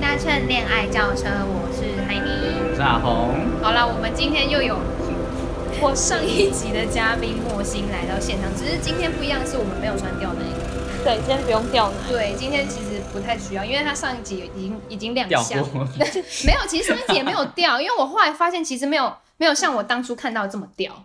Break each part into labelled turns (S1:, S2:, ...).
S1: 单身恋爱轿车，我是海尼。
S2: 我是阿红，
S1: 好了，我们今天又有我上一集的嘉宾莫欣来到现场，只是今天不一样，是我们没有穿吊带。
S3: 对，今天不用掉奶。
S1: 对，今天其实不太需要，因为他上一集已经已经亮
S2: 掉
S1: 相，
S2: 过。
S1: 没有，其实上一集也没有掉，因为我后来发现其实没有没有像我当初看到的这么掉。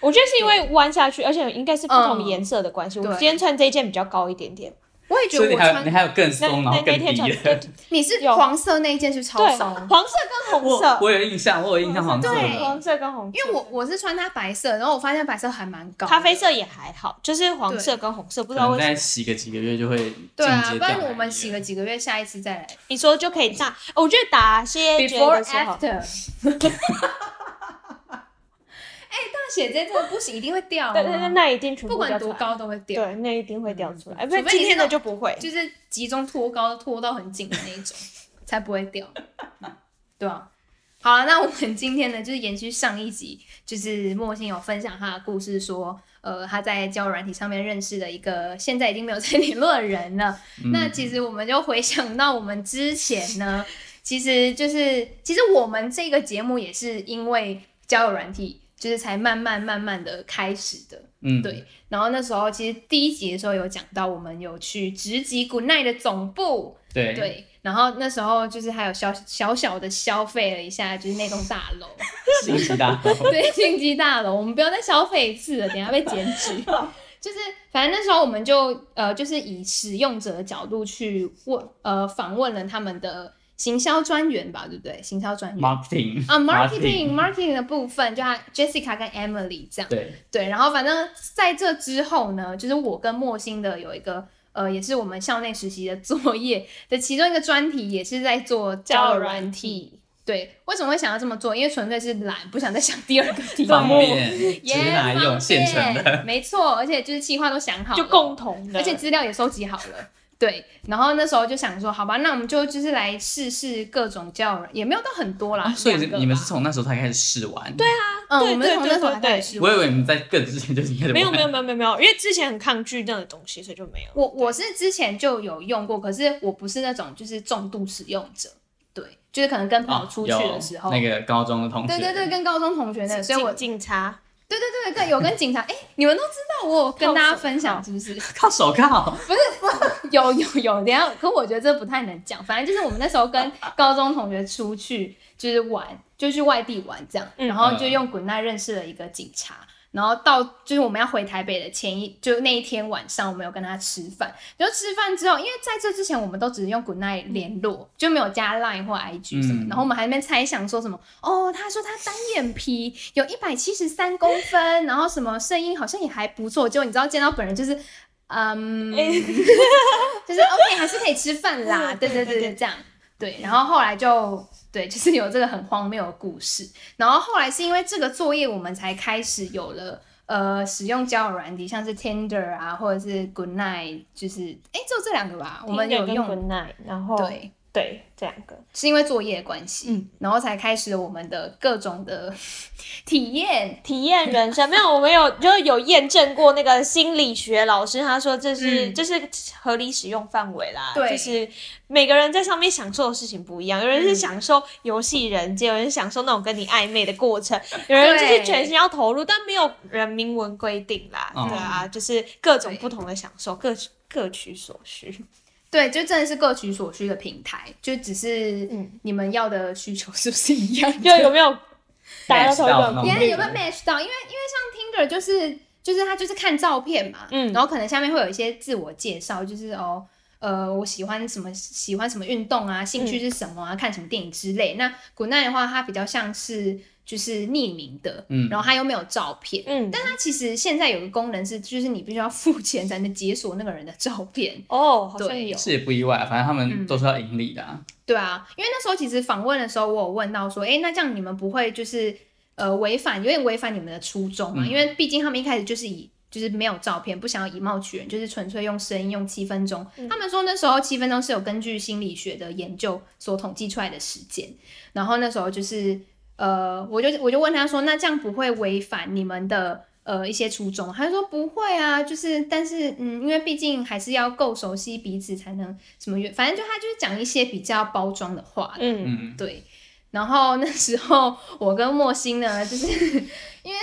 S3: 我觉得是因为弯下去，而且应该是不同
S1: 嗯
S3: 颜色的关系。我
S1: 对
S3: 今天穿这一件比较高一点点，
S1: 我也觉
S2: 所以
S1: 得
S2: 你
S1: 我
S2: 还有
S1: 穿
S2: 你还有更
S3: 那
S2: 松，然
S3: 那
S2: 后
S3: 那
S2: 更
S3: 天
S2: 低
S3: 穿
S2: 的。
S3: 对
S1: 你是
S3: 有
S1: 黄色那一件是不是超
S3: 对
S1: 松，
S3: 黄色跟红
S2: 我
S3: 色，
S2: 我有印象，我有印象黄色
S1: 对
S2: 的。
S3: 黄色跟红色，
S1: 因为我我是穿它白色，然后我发现白色还蛮高的，
S3: 咖啡色也还好，就是黄色跟红色，
S2: 可
S3: 不知道
S2: 能
S3: 为什
S2: 再
S3: 么。
S2: 洗个几个月就会进阶
S1: 对啊，
S2: 掉
S1: 不然我们洗个几个月，下一次再来。
S3: 你说就可以大，哦我觉得答谢觉
S1: Before
S3: 的时候，
S1: after。哎，大写这真的不行，一定会掉啊。
S3: 对对对，那一定全部
S1: 不管
S3: 掉
S1: 多
S3: 出来，
S1: 高都会掉，
S3: 对，那一定会掉
S2: 嗯
S3: 出来。哎不
S1: 除非
S3: 是
S1: 你是
S3: 今天的就不会，
S1: 就是集中拖高拖到很紧的那一 种，才不会掉，对啊。好了，那我们今天呢，就是延续上一集，就是莫欣有分享他的故事说呃，他在交友软体上面认识的一个现在已经没有在联络的人了。
S2: 嗯
S1: 那其实我们就回想到我们之前呢， 其实就是其实我们这个节目也是因为交友软体，就是才慢慢慢慢的开始的。
S2: 嗯，
S1: 对然后那时候其实第一集的时候有讲到，我们有去直击 Good Night 的总部，
S2: 对对，
S1: 对。然后那时候就是还有小小小的消费了一下，就是那栋大楼，
S2: 星期大。
S1: 对，星级大楼，我们不要再消费一次了，等一下被检举。就是反正那时候我们就呃，就是以使用者的角度去问呃访问了他们的行销专员吧，对不对？行销专员
S2: marketing
S1: 啊，marketing marketing 的部分，就他 Jessica 跟 Emily 这样。
S2: 对，
S1: 对，然后反正在这之后呢，就是我跟莫欣的有一个呃，也是我们校内实习的作业的其中一个专题，也是在做交
S3: 交
S1: 友
S3: 友
S1: 软
S3: 软
S1: 体。对，为什么会想要这么做？因为纯粹是懒，不想再想第二个题目。
S2: 方便
S1: 耶，
S2: 直男用
S1: 方
S2: 现成的，
S1: 便，没错，而且就是计划都想好了，
S3: 就共同的，
S1: 而且资料也收集好了。对，然后那时候就想说，好吧，那我们就就是来试试各种交友软，也没有到很多啦。
S2: 啊所以
S1: 两个
S2: 你们是
S1: 吧
S2: 从那时候才开始试玩？对啊，
S1: 嗯，
S3: 对
S1: 我们是
S3: 对
S1: 从
S3: 对
S1: 那时候才开
S3: 对对
S1: 始试
S2: 我以为你们在更之前就已经开始玩
S3: 没有没有没有没有没有，因为之前很抗拒那个东西，所以就没有。
S1: 我我是之前就有用过，可是我不是那种就是重度使用者，对，就是可能跟朋友
S2: 哦
S1: 出去
S2: 有
S1: 的时候，
S2: 那个高中的同学，
S1: 对对对，，跟高中同学那个，所以我对
S3: 警警察
S1: 对对对，有跟警察，哎、你们都知道我有跟
S3: 靠
S1: 大家
S3: 手
S1: 分享是不是？
S2: 靠手铐，
S1: 有有有，等一下，可我觉得这不太能讲，反正就是我们那时候跟高中同学出去就是玩，就去外地玩这样，
S3: 嗯
S1: 然后就用滚蛋认识了一个警察。然后到就是我们要回台北的前一，就那一天晚上，我们有跟他吃饭。然后吃饭之后，因为在这之前我们都只是用 Good Night 联络，就没有加 Line 或 IG 什么。
S2: 嗯
S1: 然后我们还在那边猜想说什么，哦，他说他单眼皮有一百七十三公分，然后什么声音好像也还不错。结果你知道见到本人就是， 嗯，就是 OK，还是可以吃饭啦。
S3: 嗯
S1: 对对
S3: 对
S1: 对
S3: 对
S1: 对，这样对。然后后来就对，就是有这个很荒谬的故事。然后后来是因为这个作业，我们才开始有了呃使用交友软体，像是 Tinder 啊，或者是 Good Night，就是哎，只有这两个吧，我们有用。
S3: Good Night，然后
S1: 对，
S3: 对这两个，
S1: 是因为作业的关系，
S3: 嗯
S1: 然后才开始我们的各种的 体验。
S3: 体验人生。没有，我们有就是有验证过那个心理学老师，他说这是、
S1: 嗯
S3: 这是合理使用范围啦，
S1: 对
S3: 就是每个人在上面享受的事情不一样，有人
S1: 嗯
S3: 是享受游戏人间，有人享受那种跟你暧昧的过程，有人就
S1: 对
S3: 是全心要投入，但没有人明文规定啦，
S2: 哦
S3: 对啊，就是各种
S1: 嗯对
S3: 不同的享受，各各取所需。
S1: 对，就真的是各取所需的平台，就只是
S3: 嗯
S1: 你们要的需求是不是一样的？
S3: 就有没有达到同一个目
S1: 别
S2: 别
S1: 人
S2: 人
S1: 有
S2: 有
S1: 没
S2: 没
S1: 有
S2: 有
S1: match 到？因为因为像 Tinder 就是就是他就是看照片嘛，
S3: 嗯
S1: 然后可能下面会有一些自我介绍，就是哦。呃，我喜欢什么？喜欢什么运动啊？兴趣
S3: 嗯
S1: 是什么啊？看什么电影之类。那古奈的话，它比较像是就是匿名的，
S2: 嗯
S1: 然后它又没有照片，
S3: 嗯，
S1: 但它其实现在有个功能是，就是你必须要付钱才能解锁那个人的照片。
S3: 哦，好像
S1: 对
S3: 有。
S2: 是也不意外，反正他
S1: 嗯
S2: 们都是要盈利的啊。
S1: 对啊，因为那时候其实访问的时候，我有问到说，哎，那这样你们不会就是呃违反，有点违反你们的初衷嘛？
S2: 嗯
S1: 因为毕竟他们一开始就是以就是没有照片，不想要以貌取人，就是纯粹用声音用七分钟。他们说那时候七分钟是有根据心理学的研究所统计出来的时间，然后那时候就是呃，我就我就问他说，那这样不会违反你们的？呃一些初衷，他就说不会啊，就是但是嗯，因为毕竟还是要够熟悉彼此才能什么约，反正就他就是讲一些比较包装的话，
S3: 嗯，
S2: 嗯，
S1: 对。然后那时候我跟莫欣呢，就是因为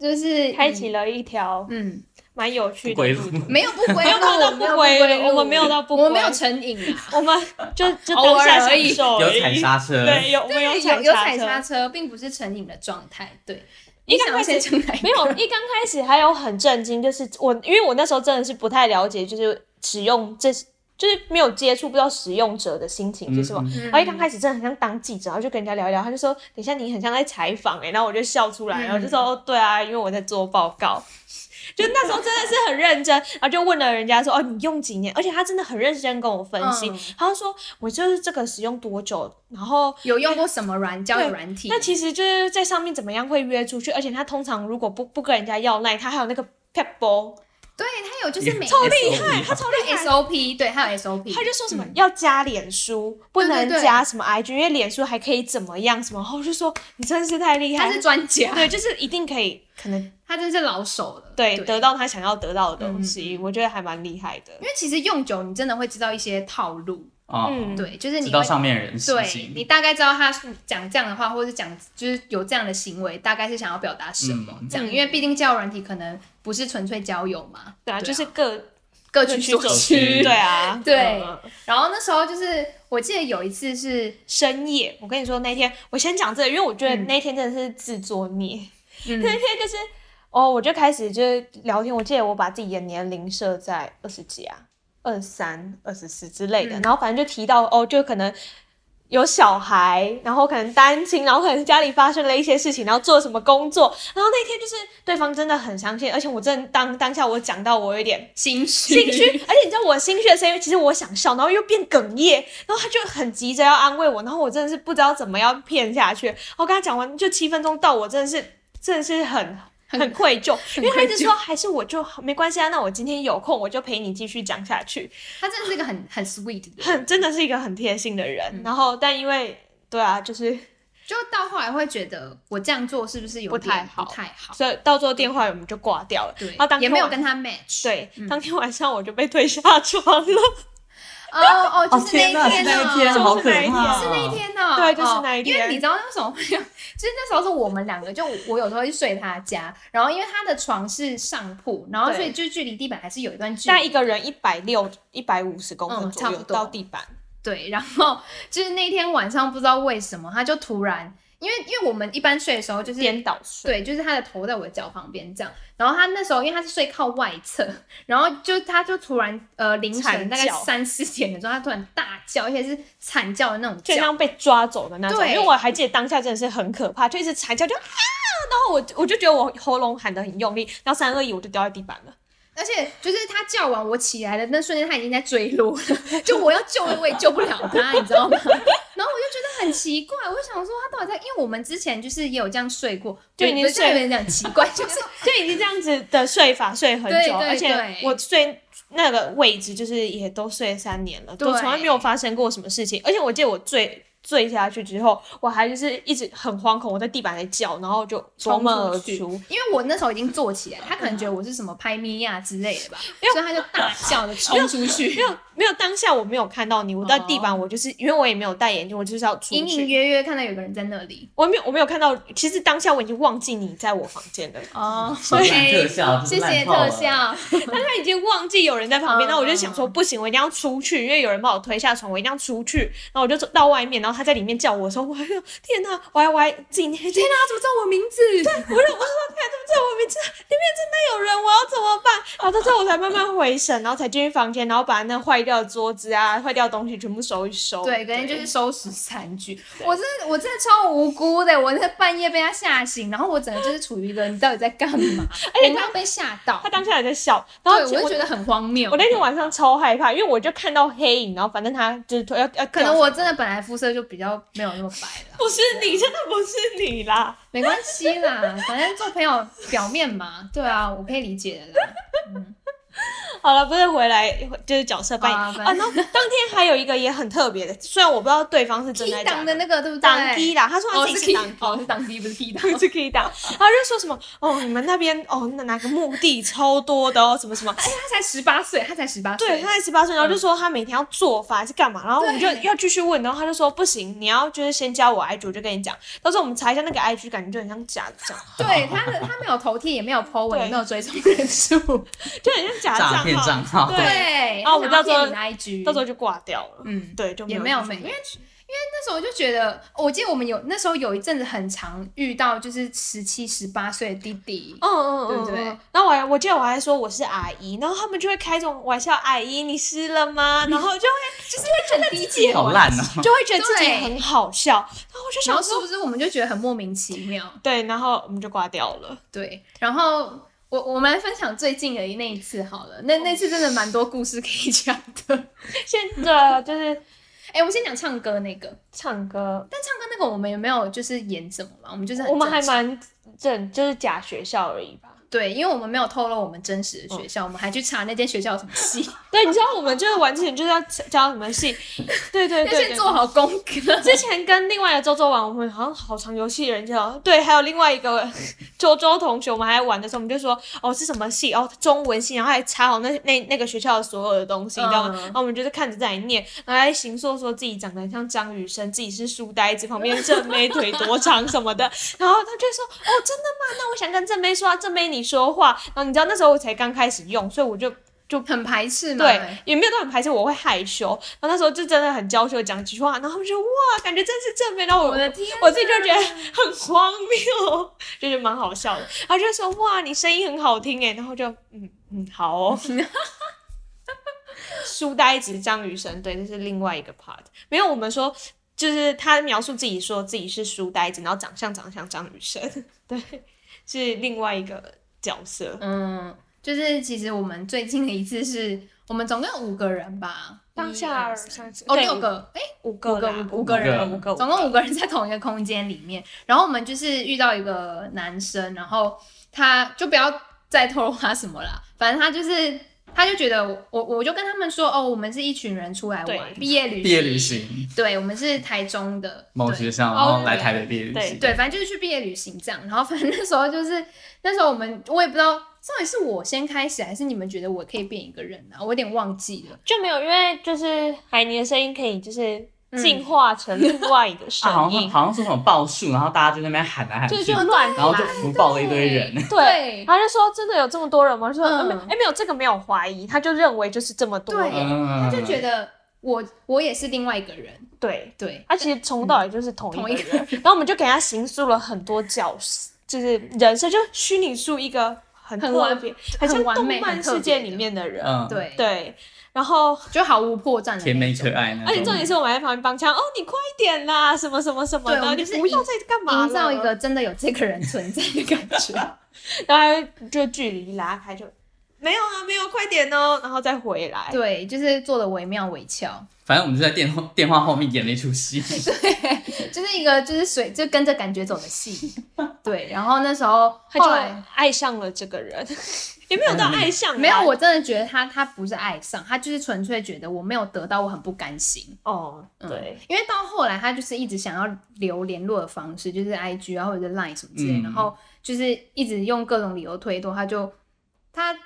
S1: 就是
S3: 开启了一条
S1: 嗯
S3: 蛮有趣
S2: 不归
S3: 的
S2: 路
S3: 路途。
S1: 没有不归路，没有
S3: 归路
S1: 我
S3: 我们没有到不
S1: 我们没
S3: 归
S1: 有
S3: 路
S1: 成瘾啊。
S3: 我们 就就
S1: 偶
S3: 当
S1: 尔
S3: 下
S1: 而
S3: 享
S1: 已
S3: 受 而
S2: 有踩
S3: 已。
S2: 刹车，
S3: 对，有我们有
S1: 有
S3: 踩
S1: 有踩刹
S3: 车。
S1: 车，并不是成瘾的状态。对，
S3: 一
S1: 你
S3: 刚
S1: 想要
S3: 开
S1: 先
S3: 始
S1: 成哪一 个
S3: 没有，一刚开始还有很震惊，就是我，因为我那时候真的是不太了解，就是使用这，就是没有接触，不知道使用者的心情是什么。
S2: 嗯
S1: 嗯
S3: 然后一刚开始真的很像当记者，然后就跟人家聊一聊，他就说：“等一下你很像在采访哎。”然后我就笑出来，
S1: 嗯
S3: 然后就说：“哦，对啊，因为我在做报告。” 就那时候真的是很认真，然后就问了人家说：“哦，你用几年？”而且他真的很认真跟我分析，
S1: 嗯
S3: 他就说：“我就是这个使用多久，然后
S1: 有用过什么软交友软体？
S3: 那其实就是在上面怎么样会约出去，而且他通常如果不不跟人家要赖，他还有那个 p e b b l
S1: 对他有就是每
S2: 超厉
S1: 嗯
S2: 害，
S3: 他超厉害的。
S1: SOP，对，还有 SOP，
S3: 他就说什么
S1: 嗯
S3: 要加脸书，不
S1: 对对
S3: 能
S1: 对
S3: 加什么 IG，因为脸书还可以怎么样什么。然后我就说你真是太厉害，
S1: 他是专家，
S3: 对，就是一定可以，可能
S1: 他真是老手了。
S3: 对嗯
S1: 对
S3: 得到他想要得到的东西，我觉得还蛮厉害的。
S1: 因为其实用久，你真的会知道一些套路。
S2: 哦，
S3: 嗯，，
S1: 对，就是
S2: 知
S1: 你
S2: 道
S1: 会。
S2: 上面人习
S1: 对
S2: 性
S1: 你大概知道他是讲这样的话，或者是讲就是有这样的行为，大概是想要表达什么、
S2: 嗯
S1: 这样，
S3: 嗯
S1: 因为毕竟交友软体可能不是纯粹交友嘛，
S3: 对
S1: 对
S3: 啊，
S1: 啊
S3: 就是各
S1: 各
S3: 各
S1: 取
S3: 取
S1: 所
S3: 所
S2: 需
S1: 需。
S3: 对啊，
S1: 对
S3: 嗯嗯
S1: 然后那时候就是我记得有一次是，
S3: 深夜，我跟你说那天，我先讲这个，因为我觉得那天真的是自作孽。
S1: 嗯
S3: 那， 天就是哦，我就开始就是聊天，我记得我把自己的年龄设在二十几啊，二三、二十四之类的，
S1: 嗯
S3: 然后反正就提到哦，就可能。有小孩，然后可能单亲，然后可能家里发生了一些事情，然后做什么工作，然后那天就是对方真的很相信，而且我真的当当下我讲到我有一点
S1: 心虚，
S3: 心虚，而且你知道我心虚的声音，其实我想笑，然后又变哽咽，然后他就很急着要安慰我，然后我真的是不知道怎么样骗下去。我跟他讲完就七分钟到，我真的是 真的是很。很愧疚，因为他一
S1: 愧
S3: 直
S1: 疚
S3: 说还是我就没关系啊，那我今天有空我就陪你继续讲下去，
S1: 他真的是一个很很 sweet 的人，
S3: 很真的是一个很贴心的人。
S1: 嗯
S3: 然后但因为对啊，就是
S1: 就到后来会觉得我这样做是不是有
S3: 不太
S1: 点
S3: 好
S1: 不太好，
S3: 所以到最后电话我们就挂掉了，
S1: 对
S3: 然后当，
S1: 也
S3: 天
S1: 没有
S3: 晚
S1: 跟嗯他 match。
S3: 对，当天晚上我就被推下床了。
S1: 哦哦，就
S2: 哦
S1: 是那
S2: 天
S1: 一天哦，
S2: 是那一天，好可怕，
S1: 是那一，天呢、
S3: 嗯对就是那一天
S1: 哦因为你知道那时候，就是那时候是我们两个，就我我有时候去睡他家，然后因为他的床是上铺，然后
S3: 对
S1: 所以就距离地板还是有一段距
S3: 大概
S1: 离。
S3: 一个人一百六、一百五十公分
S1: 嗯
S3: 左
S1: 差
S3: 右
S1: 不多
S3: 到地板，
S1: 对，然后就是那天晚上不知道为什么，他就突然，因为因为我们一般睡的时候就是
S3: 颠倒睡。
S1: 对，就是他的头在我的脚旁边这样。然后他那时候因为他是睡靠外侧，然后就他就突然呃凌晨
S3: 惨
S1: 大概
S3: 叫
S1: 三四点的时候，他突然大叫，而且是惨叫的那种
S3: 就
S1: 叫。
S3: 像被抓走的那种，
S1: 对
S3: 因为我还记得当下真的是很可怕，就一直惨叫，就啊，然后我我就觉得我喉咙喊得很用力，然后三二一我就掉在地板了，
S1: 而且就是他叫完我起来的那瞬间，他已经在坠落了， 就我要救我也救不了他，你知道吗？ 然后我就觉得很奇怪，我就想说他到底在，因为我们之前就是也有这样睡过，
S3: 就
S1: 对，
S3: 已经
S1: 不是
S3: 睡
S1: 有点这样奇怪， 就是
S3: 就已经这样子的睡法睡很
S1: 对
S3: 久，
S1: 对
S3: 而且
S1: 对
S3: 我睡那个位置就是也都睡了三年了，都
S1: 对
S3: 从来没有发生过什么事情，而且我记得我醉醉下去之后，我还就是一直很惶恐，我在地板在叫，然后就夺门而
S1: 冲
S3: 出，
S1: 因为我那时候已经坐起来，他可能觉得我是什么拍米亚之类 的吧，所以他就大叫的冲出 去，
S3: 没有没有当下我没有看到你，我在地板我就是、因为我也没有戴眼镜，我就是要出去，
S1: 哦隐隐约约看到有个人在那里。
S3: 我没有，我没有看到。其实当下我已经忘记你在我房间了，
S1: 哦，
S2: 好烂特效，
S1: 谢谢特，效，
S3: 但 他已经忘记有人在旁边。
S1: 嗯
S3: 那、我就想说，不行，我一定要出去，因为有人把我推下床，我一定要出去。然后我就走到外面，然后他在里面叫我的时候，我还说天哪，我还我还今天天
S1: 天哪，啊他怎么知道我名字？
S3: 我就我就说天哪，在我面前里面真的有人，我要怎么办？然后到最后我才慢慢回神，然后才进去房间，然后把那坏掉的桌子啊、坏掉的东西全部收一收。
S1: 对，跟就是收拾残局。我真的，我真的超无辜的，我在半夜被他吓醒，然后我整个就是处于一个你到底在干嘛？
S3: 而
S1: 我
S3: 且
S1: 没
S3: 他
S1: 有被吓到
S3: 他，当下也在笑，然后
S1: 对我就觉得很荒谬
S3: 我。那天晚上超害怕，因为我就看到黑影，然后反正他就是要要
S1: 可能我真的本来肤色就比较没有那么白了，
S3: 不是你，真的不是你啦。
S1: 没关系啦，反正做朋友表面嘛，对啊，我可以理解的啦。嗯，
S3: 好了，不是回来就是角色扮演
S1: 好
S3: 啊
S1: 啊。反
S3: 然后当天还有一个也很特别的，虽然我不知道对方是真的
S1: 踢
S3: 还是假
S1: 档的那个对不对？
S3: 挡机啦，他说他
S1: 哦
S3: 自
S1: 是
S3: 己
S1: key，
S3: 是挡
S1: 哦是挡机不是 key 档。
S3: 不是 K 档，然后就说什么哦，你们那边哦哪哪个墓地超多的哦，什么什 么，
S1: 他才十八岁，他才十八岁。
S3: 对，他才十八岁，然
S1: 嗯
S3: 后就说他每天要做法还是干嘛，然后我们就要继续问，然后他就说不行，你要就是先加我 IG，我就跟你讲，到时候我们查一下那个 IG，感觉就很像假账，
S1: 对他的他没有头贴，也没有 po 文，
S3: 对
S1: 也没有追踪人数。
S3: 就很像假
S2: 诈骗
S3: 账
S2: 账
S3: 号，
S2: 号，
S3: 对
S1: 对，
S3: 啊我们
S1: 他
S3: 到
S1: 想要
S3: 时候
S1: 骗你的 IG，
S3: 到时候就挂掉了。
S1: 嗯，
S3: 对，就
S1: 也
S3: 没
S1: 没有
S3: 继续
S1: 没，因为因为那时候我就觉得，我记得我们有那时候有一阵子很常遇到，就是十七、十八岁的弟弟。
S3: 嗯嗯嗯，
S1: 对不对
S3: 嗯然后我还我记得我还说我是阿姨，然后他们就会开这种玩笑，阿姨你湿了 吗？然后就会就是会觉得自己
S2: 好烂哦。
S3: 就会觉得自己
S1: 对
S3: 很好笑，然后我就
S1: 然
S3: 想
S1: 后是
S3: 说，
S1: 不是我们就觉得很莫名其妙？
S3: 对，然后我们就挂掉了。
S1: 对，然后我我们来分享最近的那一次好了，
S3: 哦
S1: 那那次真的蛮多故事可以讲的。
S3: 现在就是
S1: 哎、我们先讲唱歌那个，
S3: 唱歌，
S1: 但唱歌那个我们也没有就是演什么嘛，我们就是很
S3: 我们还
S1: 正常
S3: 蛮正，就是假学校而已吧。
S1: 对，因为我们没有透露我们真实
S3: 嗯
S1: 的学校，我们还去查那间学校有什么系，
S3: 对，你知道我们就是玩之前就是要教什么戏，对 对
S1: 要
S3: 对
S1: 先
S3: 对。
S1: 做好功 课。
S3: 之前跟另外一个周周玩，我们好像好常游戏人家哦，对，还有另外一个周周同学，我们还玩的时候，我们就说哦是什么系哦中文系，然后还查好那那那个学校的所有的东西，你知道吗？
S1: 嗯
S3: 然后我们就是看着在念，然后还行说说自己长得很像张雨生，自己是书呆子，旁边正妹腿多长什么的，然后他就说哦真的吗？那我想跟正妹说、啊，正妹你说话，然后你知道那时候我才刚开始用，所以我 就
S1: 很排斥嘛，
S3: 对，也没有到很排斥，我会害羞。然后那时候就真的很娇羞，讲几句话，然后他们就哇，感觉真是正面。然后我啊
S1: 我的天，
S3: 我自己就觉得很荒谬， 就觉得蛮好笑的。然后就说哇，你声音很好听哎，然后就嗯嗯好 哦。书呆子张雨生，对，这是另外一个 part。没有，我们说就是他描述自己说自己是书呆子，然后长相长得像张雨生， 对，是另外一个角色。
S1: 嗯，就是其实我们最近的一次是我们总共有五个人吧，
S3: 当
S1: 一
S3: 下
S1: 二
S3: 三
S1: 三
S3: 四
S1: 哦
S3: 对
S1: 六个，哎
S3: 五
S1: 五
S3: 个
S1: 个
S3: 啦
S1: 五个五个人，
S3: 五个，
S1: 总共五个人在同一个空间里面，然后我们就是遇到一个男生，然后他就不要再透露他什么啦，反正他就是。他就觉得我我我就跟他们说哦，我们是一群人出来玩
S3: 对
S1: 毕业旅行，
S2: 毕业旅，行，
S1: 对我们是台中的
S2: 某
S1: 对
S2: 学校，然后来台北毕业旅行，
S1: 对，反正就是去毕业旅行这样。然后反正那时候就是那时候我们我也不知道到底是我先开始，还是你们觉得我可以变一个人啊？我有点忘记了。
S3: 就没有，因为就是海尼的声音可以就是进化成另外一个声
S2: 啊，好像
S3: 音，
S2: 好像说什么报数，然后大家就在那边喊来喊
S3: 就
S2: 去，
S3: 就乱
S2: 然后就福报了一堆人。
S3: 对。然后就说真的有这么多人吗？就说哎、
S1: 嗯
S3: 没哎没有这个没有怀疑，他就认为就是这么多人，
S2: 嗯，
S1: 他就觉得我我也是另外一个人，
S3: 对，
S1: 对，
S3: 他其实从头到尾就是同
S1: 同
S3: 一
S1: 一
S3: 个
S1: 个
S3: 人，然后我们就给他形塑了很多角色，就是人设，就虚拟出一个很
S1: 很
S3: 特
S1: 完
S3: 别，很像
S1: 很完
S3: 动
S1: 美
S3: 漫
S1: 很特
S3: 世
S1: 别
S3: 界
S1: 的
S3: 里面的人，
S2: 嗯，，
S1: 对，
S3: 对，然后
S1: 就毫无破绽的
S2: 甜美
S1: 那种
S2: 可爱那
S3: 而且重
S2: 种。
S3: 点是我们还在旁边帮腔，哦，你快一点啦，什么什么什么
S1: 对我
S3: 的，
S1: 们
S3: 你
S1: 就是
S3: 不要再干嘛了，
S1: 营造一个真的有这个人存在的感 觉。
S3: 然后就距离拉开就，没有啊，没有，快点哦，然后再回来。
S1: 对，就是做的惟妙惟肖，
S2: 反正我们就在电话电话后面演了一出戏，
S1: 就是一个就是水就跟着感觉走的戏。对，然后那时候
S3: 他
S1: 后来
S3: 就爱上了这个人， 也没有到爱上啦，
S1: 没有，我真的觉得他他不是爱上，他就是纯粹觉得我没有得到，我很不甘心。
S3: 哦，
S1: 嗯
S3: 对，
S1: 因为到后来他就是一直想要留联络的方式，就是 IG 啊或者是 Line 什么之类，
S2: 嗯
S1: 然后就是一直用各种理由推脱，他就他。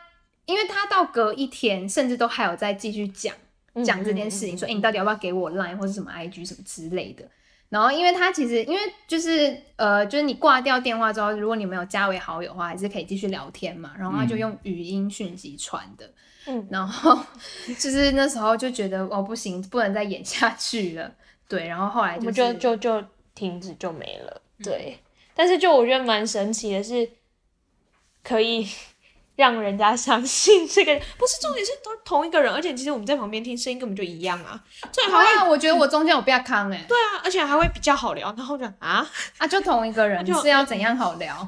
S1: 因为他到隔一天，甚至都还有在继续讲
S3: 嗯
S1: 讲这件事情，
S3: 嗯嗯
S1: 说：“哎、你到底要不要给我 Line 或者什么 IG 什么之类的。”然后，因为他其实因为就是呃，就是你挂掉电话之后，如果你没有加为好友的话，还是可以继续聊天嘛。然后他就
S2: 嗯
S1: 用语音讯息传的，
S3: 嗯
S1: 然后就是那时候就觉得哦不行，不能再演下去了。对，然后后来
S3: 我
S1: 就
S3: 们
S1: 是
S3: 就就就停止就没了。对，但是就我觉得蛮神奇的是，可以让人家相信这个人， 不是重点是都同一个人，而且其实我们在旁边听声音根本就一样啊，这还会
S1: 对啊，我觉得我中间有被他坑哎、
S3: 对啊，而且还会比较好聊。然后就啊，
S1: 啊，就同一个人
S3: 就
S1: 你是要怎样好聊？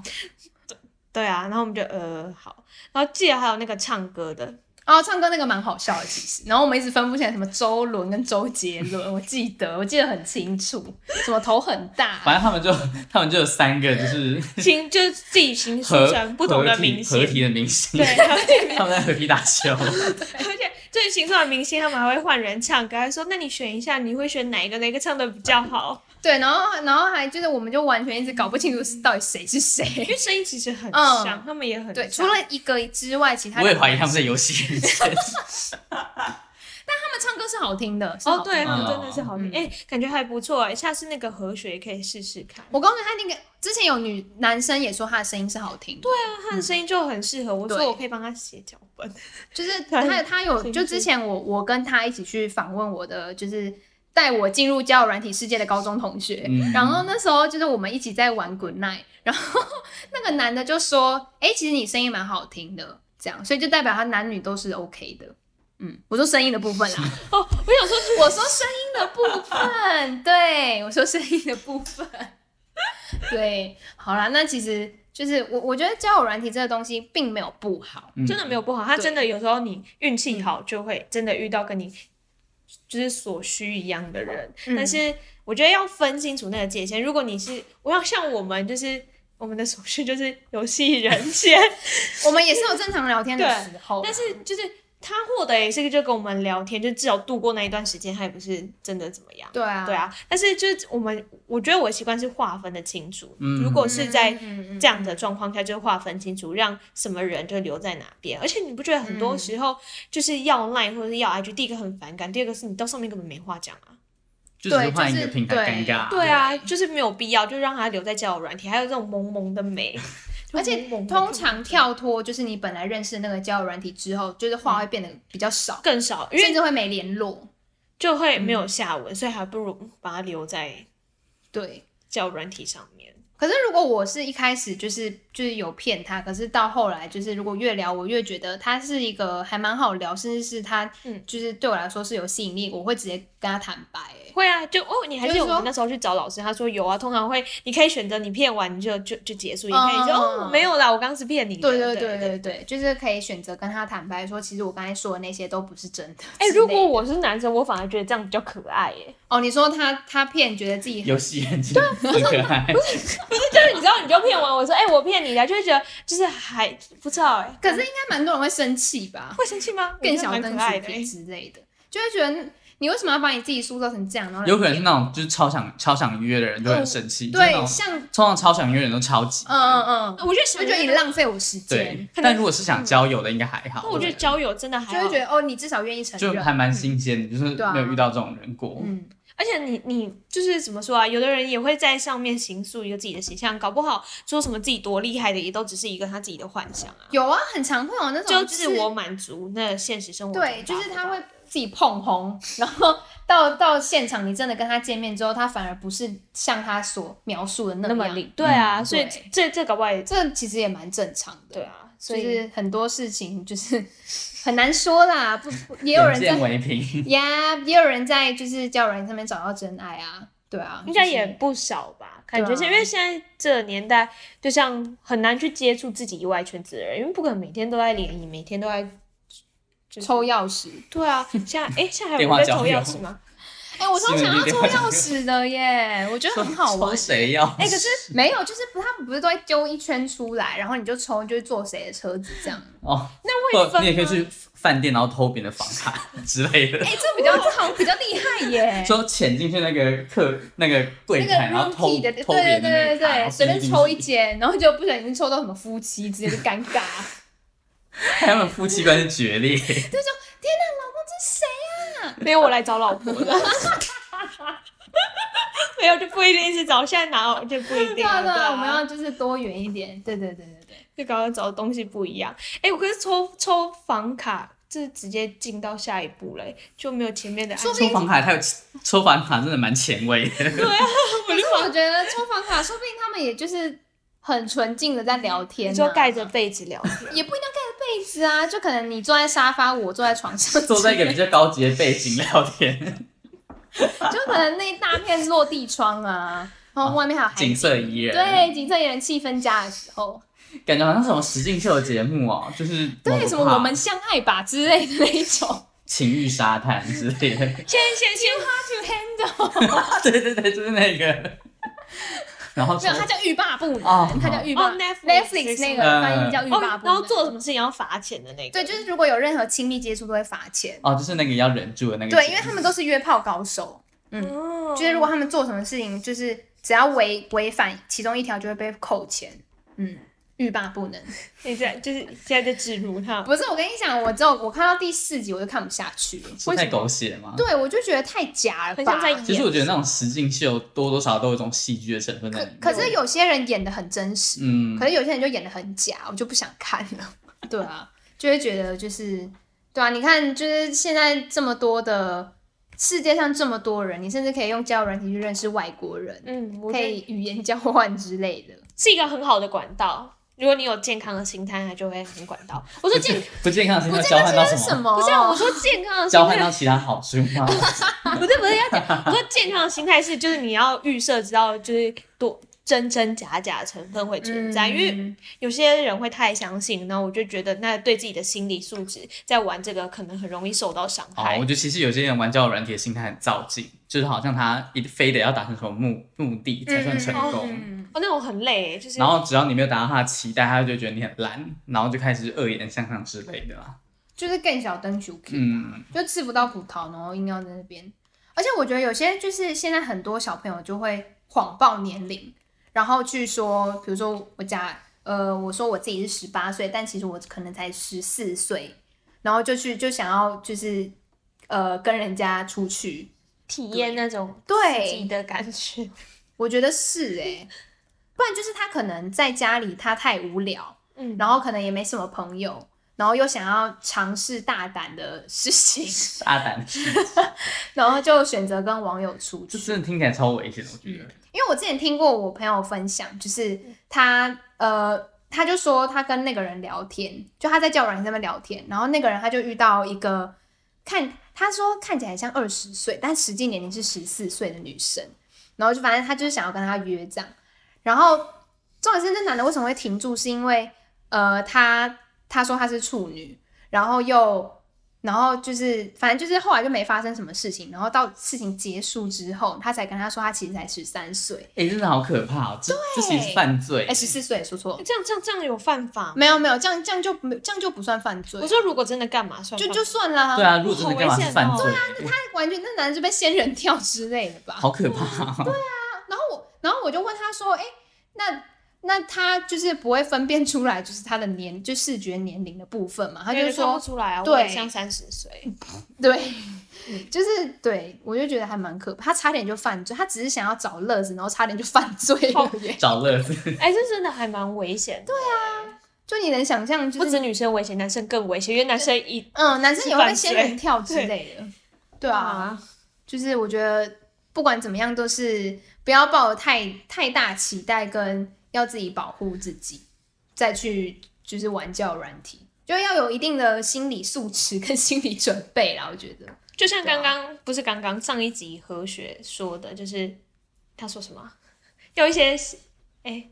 S3: 对啊，然后我们就呃好，然后记得还有那个唱歌的，
S1: 然后哦唱歌那个蛮好笑的，其实。然后我们一直分不清来什么周伦跟周杰伦，我记得我记得很清楚，什么头很大，
S2: 反正他们就他们就有三个就是
S3: 新就是自己形塑
S2: 合
S3: 成不同的
S2: 合体
S3: 明
S2: 合
S3: 星，
S2: 体的明星
S3: 对，，而且
S2: 他们在合体打 球，
S3: 而且就是形塑的明星，他们还会换人唱歌，还说那你选一下，你会选哪一个？哪个唱的比较好？
S1: 对，然后然后还就是我们就完全一直搞不清楚是到底谁是谁
S3: 因。为声音其实很
S1: 嗯
S3: 像，他们也 很
S1: 对，除
S3: 像
S1: 了一个之外，其他
S2: 我也怀疑他们在游戏人间。
S1: 他们唱歌是好听的。是
S3: 哦，
S1: 好
S3: 对，
S1: 听嗯的
S3: 他们
S2: 哦
S3: 真的是好听，哎、感觉还不错哎，下次那个和弦也可以试试看。
S1: 我告诉你，他那个之前有女男生也说他的声音是好听的，对，
S3: 他的声音就很适合，我说
S1: 嗯对
S3: 我可以帮他写脚本。
S1: 就是他他有
S3: 对
S1: 就之前我我跟他一起去访问我的就是。带我进入交友软体世界的高中同学，
S2: 嗯
S1: 然后那时候就是我们一起在玩 Good Night，然后 那个男的就说：“哎、其实你声音蛮好听的，这样，所以就代表他男女都是 OK 的。”嗯，我说声音的部分啦，
S3: 哦，我想说，
S1: 我说声音的部分，嗯对我说声音的部分， 对，好啦，那其实就是我我觉得交友软体这个东西并没有不好，
S2: 嗯
S3: 真的没有不好，他
S1: 对
S3: 真的有时候你运气好就会真的遇到跟你就是所需一样的人，
S1: 嗯
S3: 但是我觉得要分清楚那个界限。如果你是我要像我们就是。我们的手续就是游戏人 间，
S1: 我们也是有正常聊天的
S3: 对
S1: 时候，
S3: 但是就是他获得也是就跟我们聊天，就至少度过那一段时间，他也不是真的怎么样。
S1: 对啊，
S3: 对啊，但是就是我们，我觉得我的习惯是划分的清楚。
S2: 嗯
S3: 如果是在
S1: 嗯
S3: 这样的状况下，就划分清楚，让什么人就留在哪边。而且你不觉得很多时候就是要 Line 或者是要 IG，第一个很反感，第二个是你到上面根本没话讲啊。
S2: 就只
S1: 对
S2: 是换一
S1: 就
S2: 个
S1: 是
S2: 平台尴
S1: 对
S2: 尬。
S3: 对啊，就是没有必要，就让他留在交友软体。还有这种萌萌的美，就
S1: 而且
S3: 萌萌的
S1: 通常跳脱就是你本来认识的那个交友软体之后，就是话会变得比较少，
S3: 更 少，因
S1: 甚
S3: 为
S1: 至会没联络。
S3: 就会没有下文，所以还不如把它留在
S1: 对，
S3: 交友软体上面。
S1: 可是如果我是一开始就是就是有骗他，可是到后来就是如果越聊，我越觉得他是一个还蛮好聊，甚至是他
S3: 嗯
S1: 就是对我来说是有吸引力，我会直接跟他坦白、欸。
S3: 会啊，就哦，你还
S1: 就
S3: 记
S1: 是
S3: 得我们
S1: 说
S3: 那时候去找老师，他说有啊，通常会，你可以选择你骗完你就就就结束，也
S1: 嗯
S3: 可以说哦没有啦，我刚刚是骗你的。
S1: 对
S3: 对
S1: 对对对对，就是可以选择跟他坦白说，其实我刚才说的那些都不是真的之类的。
S3: 哎、如果我是男生，我反而觉得这样比较可爱耶。
S1: 哦，你说他他骗，觉得自己很
S2: 游戏人间很可爱，
S3: 就是你知道，你就骗完我说，哎、我骗你的，就会觉得就是还不知道哎，
S1: 可是应该蛮多人会生气吧？
S3: 会生气吗？
S1: 更
S3: 我觉得
S1: 小
S3: 蛮
S1: 灯
S3: 可爱
S1: 薯
S3: 的哎
S1: 片
S3: 耶。
S1: 之类的，就会觉得你为什么要把你自己塑造成这样？然后来
S2: 有可能是
S1: 骗
S2: 那种就是超想超想约的人就会很生气，就是那
S1: 对，
S2: 种
S1: 像
S2: 通常超想约的人都超级。
S1: 嗯嗯嗯，
S3: 哎我就
S1: 就
S3: 想
S1: 觉得你浪费我时间
S2: 对。，
S3: 可能
S2: 但如果是想交友的，应该还好。
S3: 那我觉得交友真的还
S1: 就会
S3: 好哎
S1: 觉，得哦，你至少愿意承
S2: 就
S1: 认。
S2: 还蛮新鲜的，就是
S1: 嗯对啊
S2: 没有遇到这种人过。
S1: 嗯，
S3: 而且你你就是怎么说啊？有的人也会在上面形塑一个自己的形象，搞不好说什么自己多厉害的，也都只是一个他自己的幻想啊。
S1: 有啊，很常会有那种
S3: 就是自我满足那现实生活中达
S1: 对，
S3: 不到。
S1: 就是他会自己碰红，然后到到现场，你真的跟他见面之后，他反而不是像他所描述的那
S3: 那么
S1: 样。
S3: 理，对啊，
S2: 嗯
S3: 所以
S1: 对
S3: 这这搞不好也
S1: 这其实也蛮正常的。
S3: 对啊，所
S1: 就
S3: 以、
S1: 是很多事情就是 很难说啦，不不也有人
S2: 眼
S1: 在
S2: 见为凭，
S1: 呀也有人在就是交友软件上面找到真爱啊，对啊，
S3: 应该
S1: 就是
S3: 也不少吧，感觉
S1: 对啊
S3: 是、因为现在这个年代，就像很难去接触自己以外圈子的人，因为不可能每天都在联谊，每天都在。就是
S1: 抽钥匙。
S3: 对啊，现在哎，现在还有
S2: 电
S3: 人
S2: 话
S3: 在
S2: 交
S3: 抽
S2: 友
S3: 钥匙吗？
S1: 哎、我超
S2: 是
S1: 想要
S2: 你
S1: 抽
S2: 电话
S1: 钥
S2: 讲
S1: 匙的耶，我觉得 很 好玩
S2: 抽。谁要？
S1: 哎、可是没有，就是不他们不是都会丢一圈出来，然后你就抽，就会坐谁的车子这样。
S2: 哦，
S3: 那会
S2: 或
S3: 分
S2: 你也可以
S3: 吗
S2: 去饭店，然后偷别人的房卡之类的
S1: 哎、，这 比较好，比较厉害耶。
S2: 说潜进去那个客那个柜
S1: 那个
S2: 台，然后
S1: room
S2: 偷
S1: key 的，对
S2: 偷别
S1: 对对
S2: 人的那
S1: 对
S2: 个卡
S1: 对，随便抽一，
S2: 然后
S1: 间，然后就不小心抽到什么夫妻，直接就尴尬。
S2: 进去 他们夫妻关系 决裂，
S1: 天哪，老公这是谁
S3: 没有我来找老婆的。 没有就不一定是找，现在哪有就不一定
S1: 对啊
S3: 了。
S1: 对
S3: 对
S1: 啊，
S3: 啊
S1: 我们要就是多元一点。对对对对对，
S3: 就搞得找的东西不一样。哎、我可是抽抽房卡，这直接进到下一步嘞，就没有前面的按
S1: 说不
S2: 抽
S1: 定
S2: 房卡，他有抽房卡真的蛮前卫 的。
S1: 可是我觉得抽房卡，说不定他们也就是很纯净的在聊天、
S3: 你
S1: 啊，
S3: 说盖着被子聊天，
S1: 也不一定要盖着被子啊，就可能你坐在沙发，我坐在床上，
S2: 坐在一个比较高级的背景聊 天，
S1: 就可能那一大片落地窗啊，然后外面还有海
S2: 哦景色宜人。
S1: 对，景色宜人气氛佳的时候，
S2: 感觉好像什么实境秀的节目哦，就是某
S1: 对
S2: 个
S1: 什么
S2: 怕
S1: 我们相爱吧之类的那一种，
S2: 情欲沙滩之类 的，
S1: 先先先 hard to handle，
S2: 对对对，就是那个，然后
S1: 没有，它叫欲罢不
S2: 哦
S1: 能，它叫欲罢
S3: 哦，Netflix
S1: Netflix 那个
S2: 嗯
S1: 翻译叫欲
S3: 哦，
S1: 罢不
S3: 然后
S1: 能。
S3: 做什么事情要罚钱的那个，
S1: 对，就是如果有任何亲密接触都会罚钱。
S2: 哦，就是那个要忍住的那个节目，
S1: 对，因为他们都是约炮高手，
S3: 哦
S1: 就是如果他们做什么事情，就是只要违违反其中一条就会被扣钱。嗯，欲罢不能。
S3: 你现在就是现在就指如他，
S1: 不是，我跟你讲，我之后我看到第四集我就看不下去了。
S2: 是太狗血嘛。
S1: 对，我就觉得太假了吧。
S3: 很像在演
S2: 其实我觉得那种实境秀多多少少都有一种戏剧的成分在里面。
S1: 可是有些人演的很真实，
S2: 嗯
S1: 可，是有些人就演的很假，我就不想看了。 对啊，就会觉得就是对啊，你看就是现在这么多的世界上这么多人，你甚至可以用交友软体去认识外国人，
S3: 嗯，
S1: 可
S3: 我觉得
S1: 以语言交换之类的。
S3: 是一个很好的管道。如果你有健康的心态，它就会很管道。我说
S2: 不
S3: 健
S2: 健，不健康的心
S1: 我
S2: 态
S1: 这
S2: 交
S1: 个
S2: 换到
S1: 是什
S2: 么？
S1: 么？
S3: 不是啊，我说健康的心
S2: 交换到
S3: 态，
S2: 其他好处吗？
S3: 不是不是要讲，我说健康的心态是就是你要预设知道就是多真真假假的成分会存在，因为
S1: 嗯
S3: 有些人会太相信，然后我就觉得那对自己的心理素质在玩这个可能很容易受到伤
S2: 哦，
S3: 害。
S2: 我觉得其实有些人玩交友软体的心态很造进，就是好像他一非得要达成什么目目的才算成功。
S1: 嗯
S3: 哦，那种很累欸，就是
S2: 然后只要你没有达到他的期待，他就觉得你很烂，然后就开始恶言相向之类的啦。
S1: 就是更小灯球 Q，、
S2: 嗯，
S1: 就吃不到葡萄，然后硬要在那边。而且我觉得有些就是现在很多小朋友就会谎报年龄，然后去说，比如说我家呃，我说我自己是十八岁，但其实我可能才十四岁，然后就去就想要就是呃跟人家出去，
S3: 体验那种
S1: 对
S3: 刺激的感觉。
S1: 我觉得是诶、不然就是他可能在家里他太无聊，
S3: 嗯，
S1: 然后可能也没什么朋友，然后又想要尝试大胆的事情，
S2: 大胆，
S1: 然后就选择跟网友出
S2: 这
S1: 去。
S2: 真的听起来超危险的，我觉得。
S1: 因为我之前听过我朋友分享，就是他呃，他就说他跟那个人聊天，就他在交友软件上面聊天，然后那个人他就遇到一个看他说看起来像二十岁，但实际年龄是十四岁的女生，然后就反正他就是想要跟他约这样，然后重点是那男的为什么会停住，是因为呃他他说他是处女，然后又。然后就是，反正就是后来就没发生什么事情。然后到事情结束之后，他才跟他说，他其实才十三岁，
S2: 哎、真的好可怕哦！这这其实是犯罪。
S1: 哎，十四岁，说错了，
S3: 这样这样这样有犯法吗？
S1: 没有没有，这样这样就没这样就不算犯罪
S3: 我，说如果真的干嘛算
S1: 就
S3: 犯
S1: 就算啦。
S2: 对，啊，如果真的干嘛
S3: 好危
S2: 是
S3: 险
S2: 犯
S3: 哦
S2: 罪，
S1: 啊他完全那男的就被仙人跳之类的吧。
S2: 好可怕、哦。
S1: 然后我，然后我就问他说：“哎、那那他就是不会分辨出来，就是他的年，就视觉年龄的部分嘛？”他
S3: 对
S1: 就
S3: 看不
S1: 说
S3: 出来啊，
S1: 对
S3: 我也像三十岁，：“
S1: 对，就是对我就觉得还蛮可怕。他差点就犯罪，他只是想要找乐子，然后差点就犯罪了耶。
S2: 找乐子，
S3: 哎，这真的还蛮危险。对啊，
S1: 就你能想象，
S3: 不
S1: 就
S3: 止
S1: 是
S3: 女生危险，男生更危险，因为男生一
S1: 嗯，男生也会被
S3: 是犯罪
S1: 仙人跳之类的，对啊。”，就是我觉得不管怎么样，都是不要抱有太太大期待，跟要自己保护自己，再去就是玩教软体，就要有一定的心理素质跟心理准备啦。我觉 得
S3: 就像
S1: 对啊
S3: 刚刚不是刚刚上一集何雪说的，就是他说什么啊要一些哎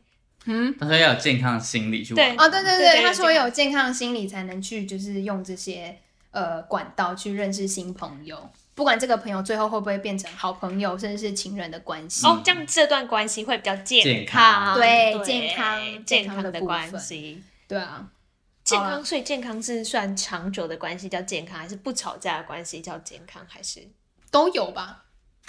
S2: 他说要有健康的心理去玩。
S3: 对
S1: 哦，对对
S3: 对
S1: 对，
S3: 对
S1: 他说有健康的心理才能去，就是用这些呃管道去认识新朋友，不管这个朋友最后会不会变成好朋友，甚至是情人的关系。
S3: 哦，这样这段关系会比较健
S2: 嗯健康
S1: 对
S3: 对，
S1: 健康
S3: 健
S1: 健康的
S3: 的
S1: 部
S3: 关
S1: 分
S3: 系。
S1: 对啊，
S3: 健
S1: 好
S3: 康，所以健康是算长久的关系叫健康，还是不吵架的关系叫健康，还是
S1: 都有吧。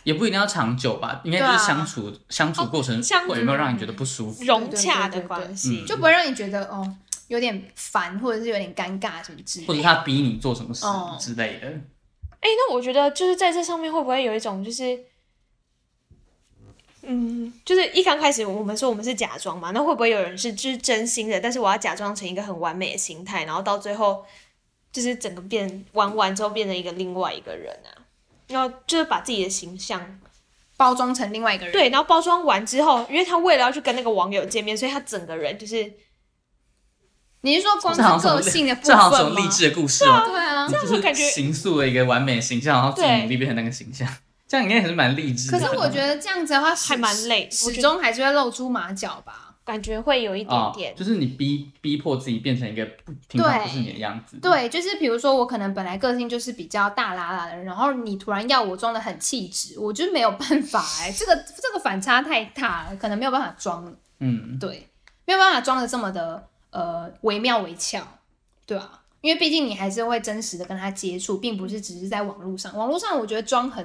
S2: 也不一定要长久吧，应该
S1: 对
S2: 就
S1: 啊
S2: 是相处、相处过程
S3: 相处
S2: 会有没有让你觉得不舒服？
S3: 融洽的关系？
S2: 嗯
S1: 就不会让你觉得哦有点烦，或者是有点尴尬什么之类
S2: 或
S1: 的。
S2: 者他逼你做什么事
S1: 嗯哦
S2: 之类的，
S3: 哎、那我觉得就是在这上面会不会有一种就是，嗯，就是一刚开始我们说我们是假装嘛，那会不会有人是就是真心的，但是我要假装成一个很完美的心态，然后到最后就是整个变玩完之后变成一个另外一个人啊，然后就是把自己的形象
S1: 包装成另外一个人。，
S3: 对，然后包装完之后，因为他为了要去跟那个网友见面，所以他整个人就是
S1: 你是说光是
S2: 这好像什么
S1: 个性的部
S2: 这
S1: 分
S2: 好
S1: 吗？
S2: 像什么励志的故事哦，
S1: 对啊，
S3: 这样我感觉
S2: 就是形塑了一个完美的形象，然后自己
S3: 对
S2: 努力变成那个形象，这样应该也是蛮励志
S1: 可
S2: 的。
S1: 是我觉得这样子的话始
S3: 还蛮累
S1: 始
S3: 我觉得
S1: 终还是会露出马脚吧。
S3: 感觉会有一点
S2: 啊、
S3: 点，
S2: 就是你逼逼迫自己变成一个不平常
S1: 对
S2: 不是你的样子。
S1: 对，就是比如说我可能本来个性就是比较大啦啦的人，然后你突然要我装的很气质，我就没有办法哎、这个这个反差太大了，可能没有办法装了，
S2: 嗯，
S1: 对，没有办法装的这么的呃惟妙惟肖，对啊，因为毕竟你还是会真实的跟他接触，并不是只是在网络上，网络上我觉得装很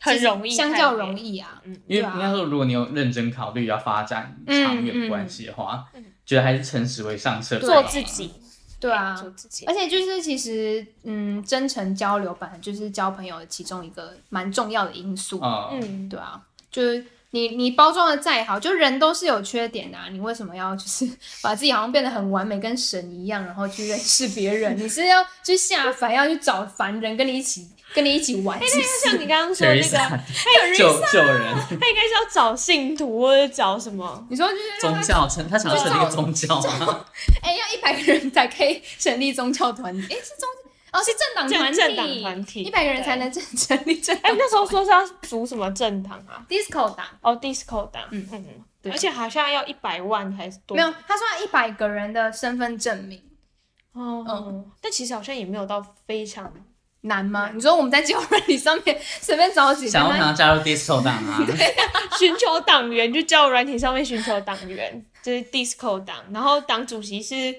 S3: 很
S1: 其实
S3: 容易
S1: 相
S3: 看
S1: 较
S3: 见
S1: 容易啊，
S3: 嗯
S2: 因为
S1: 对啊
S2: 应该说，如果你有认真考虑要发展
S1: 嗯
S2: 长远
S1: 嗯
S2: 关系的话，
S3: 嗯
S2: 觉得还是诚实为上策。
S1: 对啊
S3: 做自。己，
S1: 对啊，
S3: 做自己，
S1: 而且就是其实，嗯，真诚交流本来就是交朋友的其中一个蛮重要的因素，
S2: 嗯，
S3: 嗯，
S1: 对啊，就是你你包装的再好，就人都是有缺点的、啊，你为什么要就是 把自己好像变得很完美，跟神一样，然后去认识别人？ 你是要去下凡，要去找凡人跟你一起跟你一起玩？是不是
S3: 像你刚刚说哎那个，
S2: Teresa，
S3: 还有
S2: 救救人，
S3: 他应该是要找信徒或者找什么？
S1: 你说就是让
S2: 宗
S1: 他
S2: 教成他想要成立一个宗教吗？
S1: 哎、要一百个人才可以成立宗教团体，哎、是宗哦是政党
S3: 政
S1: 团体，
S3: 政党团体
S1: 一百个人
S3: 对
S1: 才能成 成立政
S3: 哎、
S1: 党
S3: 那时候说是要组什么政党啊？
S1: disco 党。
S3: 哦，disco 党，
S1: 嗯
S3: 嗯嗯，
S1: 对
S3: 而且好像要一百万还是多？
S1: 没有，，他说一百个人的身份证明
S3: 哦，
S1: 嗯
S3: 但其实好像也没有到非常，
S1: 难吗？你说我们在交友软体上面随便找几个
S2: 想要想
S1: 吗，
S2: 要加入 disco 党啊？
S3: 寻求党员就交友软体上面寻求党员，就是 disco 党，然后党主席是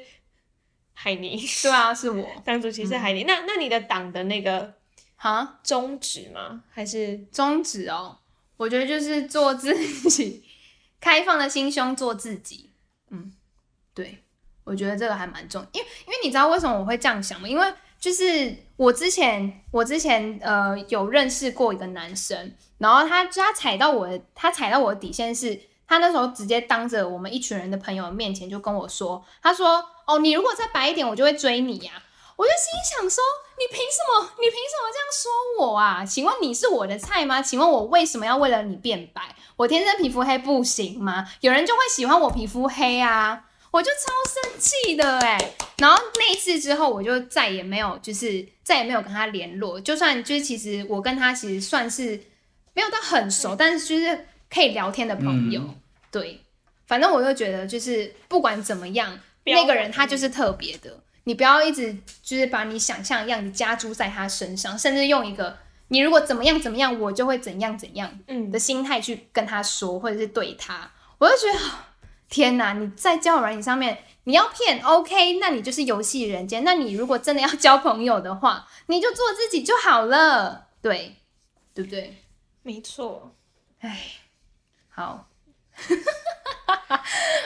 S3: 海尼，
S1: 对啊，是我
S3: 党主席是海尼。那那你的党的那个
S1: 哈
S3: 宗旨吗？还是
S1: 宗旨哦，我觉得就是做自己，开放的心胸做自己，嗯，对，我觉得这个还蛮重，因为因为你知道为什么我会这样想吗？因为就是我之前我之前呃有认识过一个男生，然后他他踩到我的他踩到我的底线是，他那时候直接当着我们一群人的朋友面前就跟我说，他说哦你如果再白一点，我就会追你啊呀、我就心里想说，你凭什么？你凭什么这样说我啊？请问你是我的菜吗？请问我为什么要为了你变白？我天生皮肤黑不行吗？有人就会喜欢我皮肤黑啊！我就超生气的哎、然后那一次之后，我就再也没有，就是再也没有跟他联络。就算就是其实我跟他其实算是没有到很熟，但是就是可以聊天的朋友。
S2: 嗯
S1: 对，反正我就觉得就是不管怎么样，
S3: 不要
S1: 那个人他就是特别的，你不要一直就是把你想象的样子加诸在他身上，甚至用一个你如果怎么样怎么样，我就会怎样怎样
S3: 嗯
S1: 的心态去跟他说，或者是对他，我就觉得 天哪！你在交友软件上面，你要骗 OK，那你就是游戏人间。那你如果真的要交朋友的话， 你就做自己就好了，对，对不对？
S3: 没错，
S1: 哎，好，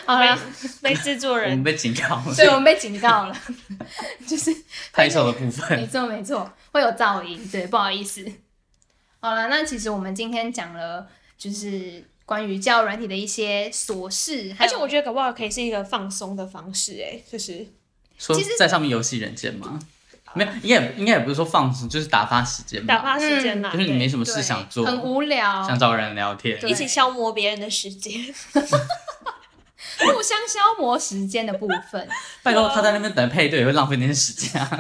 S1: 好了，
S3: 被 制作
S2: 我们
S3: 人
S2: 被警告 了，
S1: 对我们被警告 了，就是
S2: 拍手的部
S1: 没
S2: 分。
S1: 错没错，会有噪音，对，不好意思。好了，那其实我们今天讲了就是关于教软体的一些琐事，还
S3: 而
S1: 有
S3: 且我觉得搞不好可以是一个放松的方式、哎，就是
S2: 说
S1: 其实
S2: 在上面游戏人间吗？没有，应该也应该也不是说放松，就是打发时间吧。
S3: 打发时间啦、
S2: 嗯就是你没
S3: 对
S2: 什么
S1: 对
S2: 事想做，
S1: 很无聊，
S2: 想找人聊天
S1: 对。
S3: 一起消磨别人的时间，
S1: 互相消磨时间的部 分。
S2: 拜托，他在那边等配对也会浪费那些时间啊。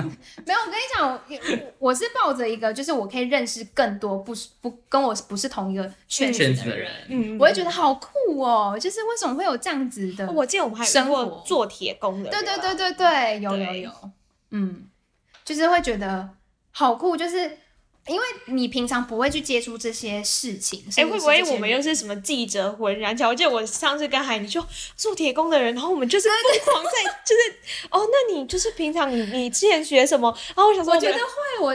S1: 没有，我跟你讲，我我我是抱着一个，就是我可以认识更多不是不跟我不是同一个圈
S2: 圈
S1: 子
S2: 子的
S1: 的
S2: 人
S1: 人，
S3: 嗯
S1: 我会觉得好酷哦！就是为什么会有这样子的？
S3: 我记得我们还有遇
S1: 生活
S3: 过做铁工的人啊
S1: 对
S3: 吧，
S1: 对对对对，有有
S3: 对
S1: 有，嗯，就是会觉得好酷，就是因为你平常不会去接触这些事情，
S3: 哎、
S1: 甚至
S3: 会
S1: 是
S3: 不会
S1: 这些
S3: 我们又
S1: 人
S3: 是什么记者浑然起来？我记得我上次跟海你说做铁工的人，然后我们就是疯狂在，就是哦，那你就是平常你你之前学什么？然后我想说，
S1: 我觉得会，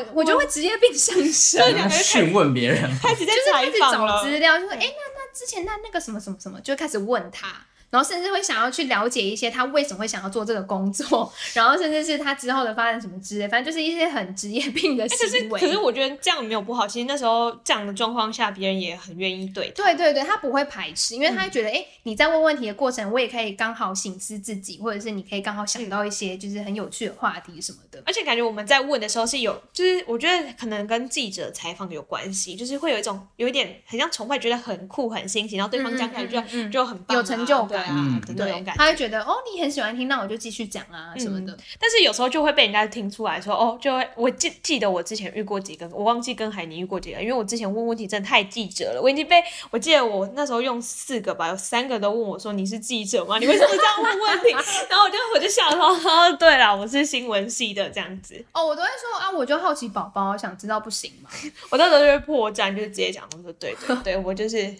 S1: 我我就会直接变上 身，
S3: 两个人
S2: 询问别人，
S3: 开始在
S1: 就是开
S3: 采
S1: 始
S3: 访
S1: 找
S3: 了，嗯
S1: 资料，就说哎、
S3: 对
S1: 诶那那之前那那个什么什么什么，就开始问他。然后甚至会想要去了解一些他为什么会想要做这个工作， 然后甚至是他之后的发展什么之类，反正就是一些很职业病的
S3: 哎可是
S1: 行为。
S3: 可是我觉得这样没有不好，其实那时候这样的状况下，别人也很愿意对他。
S1: 对对对，他不会排斥，因为
S3: 嗯
S1: 他会觉得，哎、你在问问题的过程，我也可以刚好醒思自己，或者是你可以刚好
S3: 嗯
S1: 想到一些就是很有趣的话题什么的。
S3: 而且感觉我们在问的时候是有，就是我觉得可能跟记者采访有关系，就是会有一种有一点很像崇拜，觉得很酷很新奇，然后对方讲起来就、
S1: 嗯嗯嗯嗯
S3: 就很棒啊、
S1: 有成就感
S3: 对
S1: 来。
S3: 啊
S2: 嗯
S3: 的那
S1: 对
S3: 种感，觉。嗯
S1: 他会觉得哦，你很喜欢听，那我就继续讲啊什么的。
S3: 但是有时候就会被人家听出来说，哦，就会我记记得我之前遇过几个，我忘记跟海宁遇过几个，因为我之前问问题真的太记者了，我已经被我记得我那时候用四个吧，有三个都问我说你是记者吗？你为什么这样问问题？然后我就我就想说， 哦，对啦，我是新闻系的这样子，
S1: 哦，我都会说啊，我就好奇宝宝想知道不行吗？
S3: 我那时候就会破绽，就是直接讲，我说对对对，我就是。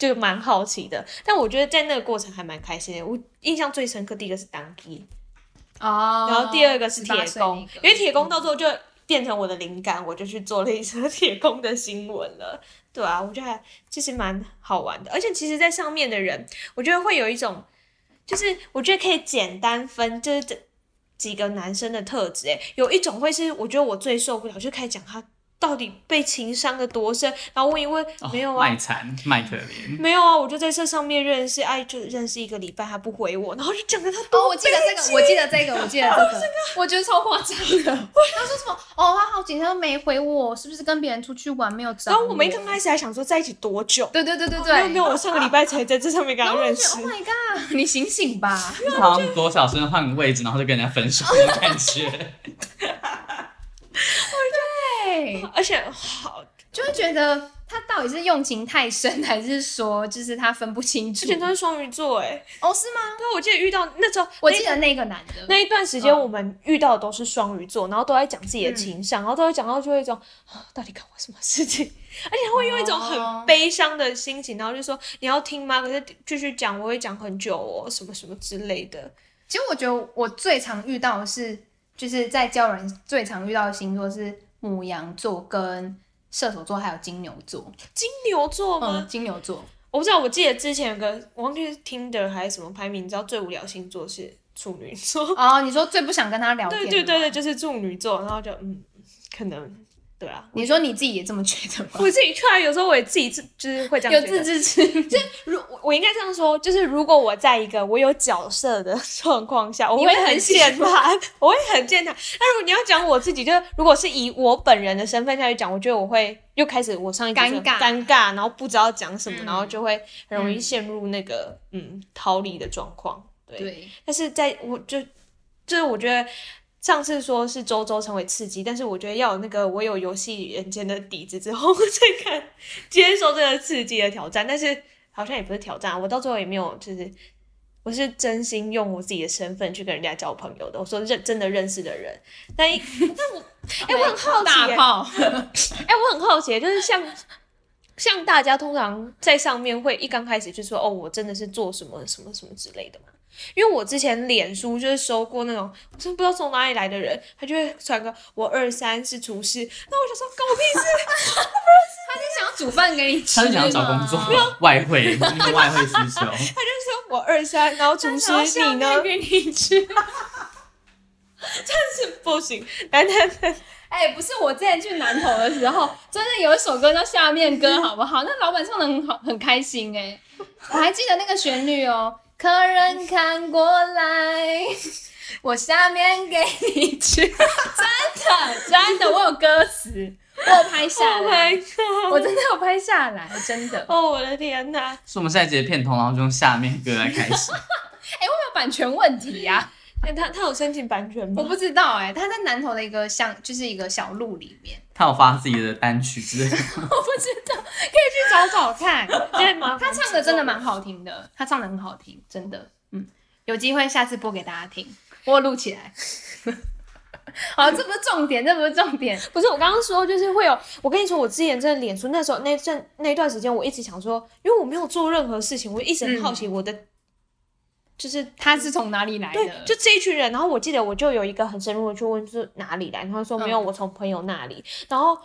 S3: 就蛮好奇的，但我觉得在那个过程还蛮开心的。我印象最深刻，第一个是当机，
S1: 哦，
S3: 然后第二个是铁
S1: 18岁
S3: 工，
S1: 那个嗯
S3: 因为铁工到最后就变成我的灵感，我就去做了一则 铁工的新闻了。对啊，我觉得还其实蛮好玩的，而且其实，在上面的人，我觉得会有一种，就是我觉得可以简单分，就是这几个男生的特质。哎，有一种会是我觉得我最受不了，就开始讲他到底被情伤的多深，然后问一问，
S2: 哦
S3: 没有啊，
S2: 卖惨卖可怜，
S3: 没有啊，我就在这上面认识，哎，就认识一个礼拜，他不回我，然后就讲的他多
S1: 哦，我记得这个，我记得这个，我记得这 个，我觉得超夸张的。他说什么？哦，他好紧张，没回我，是不是跟别人出去玩没有找？
S3: 然后我们一刚开始还想说在一起多久，
S1: 对对对对
S3: 没有
S1: 对，
S3: 没有，我上个礼拜才在这上面跟
S1: 然
S3: 他
S1: 后我
S3: 认
S1: 就觉
S3: 识
S1: 得。，Oh my god，你醒醒 吧！
S2: 好像多少生换个位置，然后就跟人家分手的感觉。
S1: 对，
S3: 而且好，
S1: 就会觉得他到底是用情太深，还是说就是他分不清楚
S3: 之？前他是双鱼座哎，
S1: 哦，是吗？
S3: 对，我记得遇到那时候，
S1: 我记得那个男的，
S3: 那一段时间
S1: 嗯
S3: 我们遇到的都是双鱼座，然后都在讲自己的情商，然后都会讲到就会一种啊到底干我什么事情，而且他会用一种
S1: 哦
S3: 很悲伤的心情，然后就说你要听吗？可是继续讲我会讲很久哦，什么什么之类的。
S1: 其实我觉得我最常遇到的是，就是在教人最常遇到的星座是母羊座跟射手座，还有金牛座。
S3: 金牛座吗？
S1: 嗯，金牛座。
S3: 我不知道，我记得之前有个我忘记是 Tinder 还是什么排名，你知道最无聊星座是处女座。
S1: 哦，你说最不想跟他聊天？
S3: 对对对对，。就是处女座，然后就嗯，可能对啊。
S1: 你说你自己也这么觉得吗？
S3: 我自己突然有时候我也自己自就是 会这样
S1: 有
S3: 觉
S1: 自
S3: 得。
S1: 知之明，
S3: 如我我应该这样说，就是如果我在一个我有角色的 状况下，我
S1: 你
S3: 会
S1: 会很
S3: 很
S1: 喜
S3: 健谈，我会很健谈。但如果你要讲我自己，就是如果是以我本人的身份下去讲，我觉得我会又开始我上一集
S1: 尴
S3: 说
S1: 尬
S3: 尴尬，然后不知道讲什么，
S1: 嗯
S3: 然后就会很容易
S1: 嗯
S3: 陷入那个嗯逃离的状况。对。
S1: 对，
S3: 但是在我就就是我觉得上次说是周周成为刺激，但是我觉得要有那个我有游戏人间的底子之后，我 再看接受这个刺激的挑战。但是好像也不是挑战，我到最后也没有就是。我是真心用我自己的身份去跟人家交朋友的。我说认真的认识的人，但一但我哎、我很好奇、
S1: 大
S3: 耶
S1: 炮，
S3: 哎、我很好奇，就是像像大家通常在上面会一刚开始就说哦，我真的是做什么什么什么之类的嘛。因为我之前脸书就是收过那种，我真不知道从哪里来的人，他就会传个我二三是厨师，那我想说狗屁事，
S1: 他是想要煮饭给你吃
S2: 他
S1: 吗，
S2: 是想要找工作， 外汇，那个外汇需求。
S3: 他就说我二三，然后厨
S1: 他
S3: 师
S1: 想要下
S3: 你呢
S1: 面？给你吃。
S3: 是不行，等等等，
S1: 哎、不是我之前去南投的时候，真的有一首歌叫《下面歌》，好不好？那老板唱的很好，很开心哎、我还记得那个旋律哦。客人看过来，我下面给你吃。 真的，真的，我有歌词，我有拍下
S3: Oh
S1: 来
S3: my god！
S1: 我真的有拍下来，真的。
S3: 哦，我的天哪！
S2: 是我们下一节片头，然后就用下面歌来开始。
S1: 哎、会不会有版权问题呀、
S3: 哎，他他有申请版权
S1: 我
S3: 吗？
S1: 不知道哎、他在南投的一个巷，就是一个小路里面，
S2: 他有发自己的单曲之类的，
S1: 我不知道，可以去找找看。
S3: 太麻烦
S1: 他唱的真的蛮好听的，他唱的很好听，真的，嗯，有机会下次播给大家听，我有录起 来。好，这不是重点，这不是重 点，
S3: 不是我刚刚说，就是会有。我跟你说，我之前真的脸书那时候那阵那段时间，我一直想说，因为我没有做任何事情，我一直很好奇我的，就是
S1: 他是从哪里来
S3: 对，
S1: 的？
S3: 就这一群人。然后我记得我就有一个很深入的去问是哪里来，然后说
S1: 嗯
S3: 没有，我从朋友那里。然后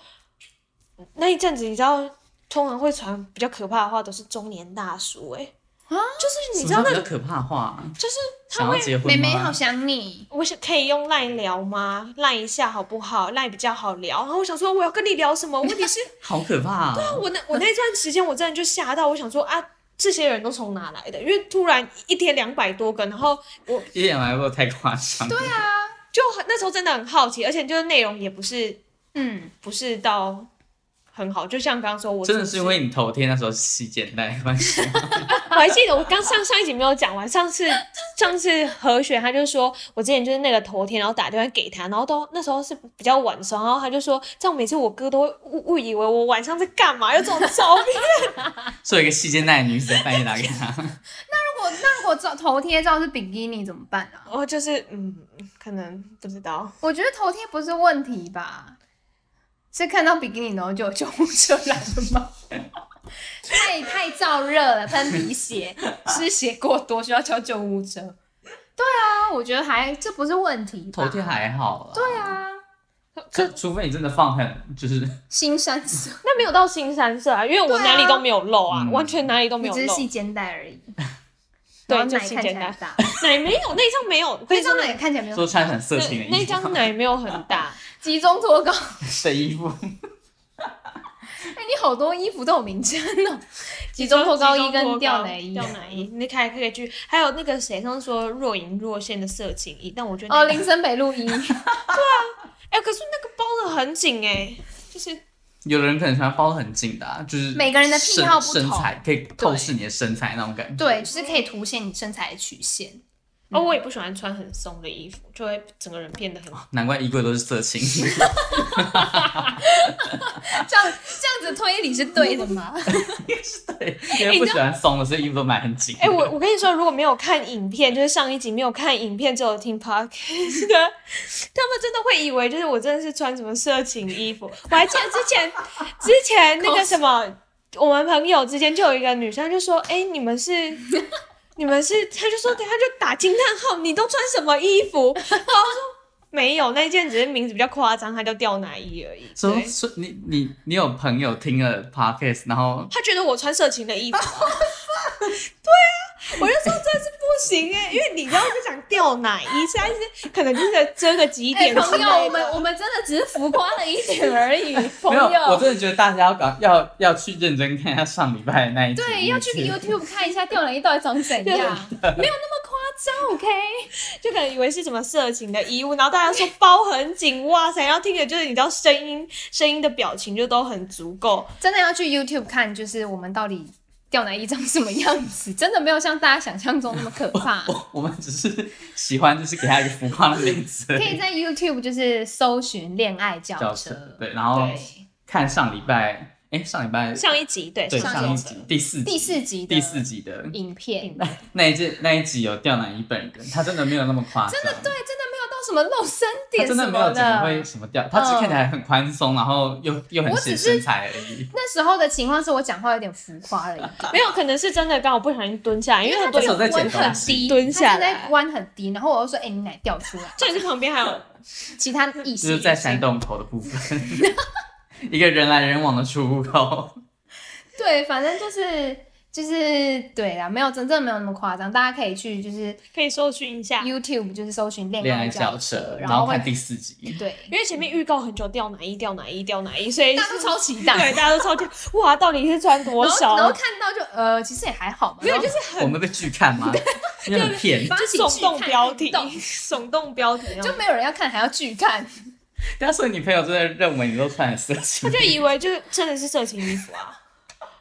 S3: 那一阵子，你知道，通常会传比较可怕的话都是中年大叔、欸，
S1: 啊
S3: 就是你
S2: 什
S3: 知道
S2: 么
S3: 那
S2: 比
S3: 个
S2: 较可怕的话？
S3: 就是他
S2: 想要
S3: 会
S2: 结婚吗？
S1: 妹妹好想你，
S3: 我想可以用赖聊吗？赖一下好不好？赖比较好聊。然后我想说，我要跟你聊什么？问题是。
S2: 好可怕、啊！
S3: 我那我那段时间我真的就吓到，我想说啊，这些人都从哪来的？因为突然一天两百多个，然后我
S2: 一点来不太夸张。对啊，
S3: 就很那时候真的很好奇，而且就是内容也不是
S1: 嗯，
S3: 不是到很好，就像刚刚说，我
S2: 真的
S3: 不
S2: 是因为你头天那时候是洗剪带的关系吗，
S3: 我还记得我刚上上一集没有讲完，上次上次何雪她就说，我之前就是那个头天，然后打电话给她，然后都那时候是比较晚上，然后她就说，这样每次我哥都会误误以为我晚上在干嘛，有这种 照片。
S2: 做一个细肩带的女子在半夜打给他，
S1: 如果那如果照头贴照是比基尼怎么办啊？
S3: 然后就是嗯，可能不知道，
S1: 我觉得头贴不是问题吧，是看到比基尼然后就有救护车来了吗？太太燥热了，喷鼻 血，失血过多需要叫救护车。对啊，我觉得还这不是问题吧。
S2: 头天还好啦。
S1: 对啊，
S2: 可除非你真的放很，就是
S1: 新山色，
S3: 那没有到新三色啊，因为我哪里都没有漏啊，
S2: 嗯
S3: 完全哪里都没
S1: 你
S3: 有
S1: 只是
S3: 漏，
S1: 细肩带而已。
S3: 对
S1: 然后
S3: 就
S1: 奶
S3: 细
S1: 看起
S3: 肩
S1: 来
S3: 带
S1: 很 大，
S3: 奶没有那一张没有，
S1: 那
S3: 那
S1: 张奶看起来没
S2: 说
S1: 有
S2: 穿很色情的
S3: 那那
S2: 衣
S3: 张奶没有很 大，
S1: 集中脱稿。
S2: 服 的衣服，
S1: 哎，你好多衣服都有名称 哦，集中脱高衣跟吊奶衣。
S3: 吊奶衣，嗯你还可以去，还有那个谁上次说若隐若现的色情衣，但我觉得那
S1: 哦，
S3: 个
S1: 林森北路衣，
S3: 哎、可是那个包的很紧哎、就是
S2: 有的人可能穿包很紧的、啊，就是
S1: 每个人的癖好不
S2: 身身
S1: 同
S2: 材可以透视你的身材那种感觉。
S1: 对，就是可以凸显你身材的曲线。
S3: 哦，我也不喜欢穿很松的衣服，就会整个人变得很。
S2: 难怪衣柜都是色情。
S1: 这样这样子推理是对的 吗？
S2: 对，因为不喜欢松的，所以衣服都买很紧。
S3: 哎、我我跟你说，如果没有看影片，就是上一集没有看影片，只有听 podcast 的，他们真的会以为就是我真的是穿什么色情衣服。我还记得之前之前那个什么，我们朋友之间就有一个女生就说：“哎、你们是。”你们是，她就说，她就打惊叹号，你都穿什么衣服？ 然后我说没有，那件只是名字比较夸张，它叫吊奶衣而已。
S2: 说
S3: 对
S2: 说你你你有朋友听了 podcast，然后
S3: 他觉得我穿色情的 衣服、啊。对啊，我就说这是不行哎、因为你刚刚就讲吊奶衣，现在是可能就是遮个几
S1: 哎，
S3: 点之
S1: 朋
S3: 类的。
S1: 友，我们我们真的只是浮夸了一点而已，朋
S2: 没有，我
S1: 友。
S2: 真的觉得大家要搞要要去认真看一下上礼拜的那一 集。
S1: 对，要去
S2: 那一集
S1: YouTube 看一下吊奶衣到底长怎 样，没有那么夸张，OK？
S3: 就可能以为是什么色情的衣物，然后大家说包很紧，哇塞，然后听着就是你知道声音声音的表情就都很足够。
S1: 真的要去 YouTube 看，就是我们到底吊奶衣长什么样子， 真的没有像大家想象中那么可 怕。
S2: 我我们只是喜欢，就是给他一个浮夸的 名字而
S1: 可
S2: 已。
S1: 以在 YouTube 就是搜寻恋爱轿
S2: 叫
S1: 车，
S2: 车对，然后看上礼拜，哎，上礼拜
S3: 上一集对
S2: 对
S1: 上
S2: 上
S1: 一
S2: 一
S1: 集
S2: 集第四集
S1: 第四集的
S2: 第四集的
S1: 影片，
S3: 影
S1: 对，
S2: 那一集那一集有吊男一本人，他真的没有那么夸张，真的
S1: 真的没有到什么露身
S2: 他
S1: 点
S2: 啊真
S1: 什
S2: 的没有
S1: 么
S2: 怎么会什么掉，他只是看起来很宽松，然后又又很
S1: 我只
S2: 显
S1: 是
S2: 身材而已。
S1: 那时候的情况是我讲话有点浮夸了一点，
S3: 没有，可能是真的刚好不小心蹲下来，因为很多
S2: 因为
S3: 人
S1: 弯
S2: 他真的有在
S1: 很
S2: 剪东
S1: 低，
S2: 西
S3: 蹲下
S1: 他
S3: 来
S1: 在弯很低，然后我又说：“哎、你奶掉出来。
S3: 这里是旁边还有”
S1: 其他异
S2: 就
S1: 性
S2: 是在山洞口的部分， 一个人来人往的出入口。
S1: 对，反正就是就是对啦，没有真正没有那么夸张，大家可以去就是
S3: 可以搜寻一下，
S1: YouTube 就是搜寻
S3: 哎
S1: 恋
S2: 恋爱
S1: 爱
S2: 轿
S1: 车
S2: 车，，
S1: 然
S2: 然
S1: 后
S2: 后
S1: 会
S2: 看第四集，
S1: 对，
S3: 因为前面预告很久吊奶衣吊奶衣吊奶衣，所以
S1: 大家都超期待，
S3: 对，大家都超级哇，到底是穿多
S1: 然
S3: 少
S1: 后
S3: 啊？
S1: 然后看到就呃，其实也还好嘛，
S3: 没有，
S1: 然后
S3: 就是
S2: 我
S3: 很
S2: 们被拒看吗？因为很骗，
S1: 发起
S3: 就耸动
S1: 去看
S3: 标题，
S1: 动
S3: 耸动标题，
S1: 就没有人要看，还要拒看。
S2: 但是你朋友真的认为你都穿很色情
S3: 他，就以为就是真的是色情衣服 啊，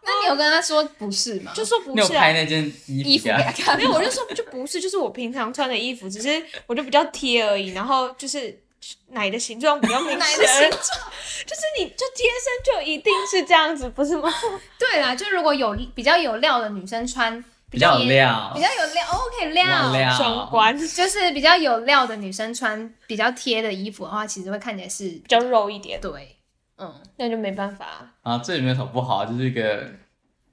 S1: 那你有跟他说不是吗？
S3: 就说不
S2: 你有
S3: 是啊
S2: 拍。那件衣
S1: 衣服给
S2: 服呀？
S1: 他看，
S3: 没有，我就说就不是，就是我平常穿的衣服，只是我就比较贴而已，然后就是奶的形状比较明
S1: 奶
S3: 显，
S1: 的形
S3: 就是你就贴身就一定是这样子，不是吗？
S1: 对啦，就如果有比较有料的女生穿
S2: 比较有
S1: 贴
S2: 料
S1: 比，较有料，OK 哦
S2: 哇
S1: 料，
S2: 料
S3: 双关比
S1: 就是比较有料的女生穿比较贴的衣服的话，其实会看起来是
S3: 较肉一点，
S1: 对，嗯，
S3: 那就没办法啊。
S2: 啊，这里面有什么不好？就是一个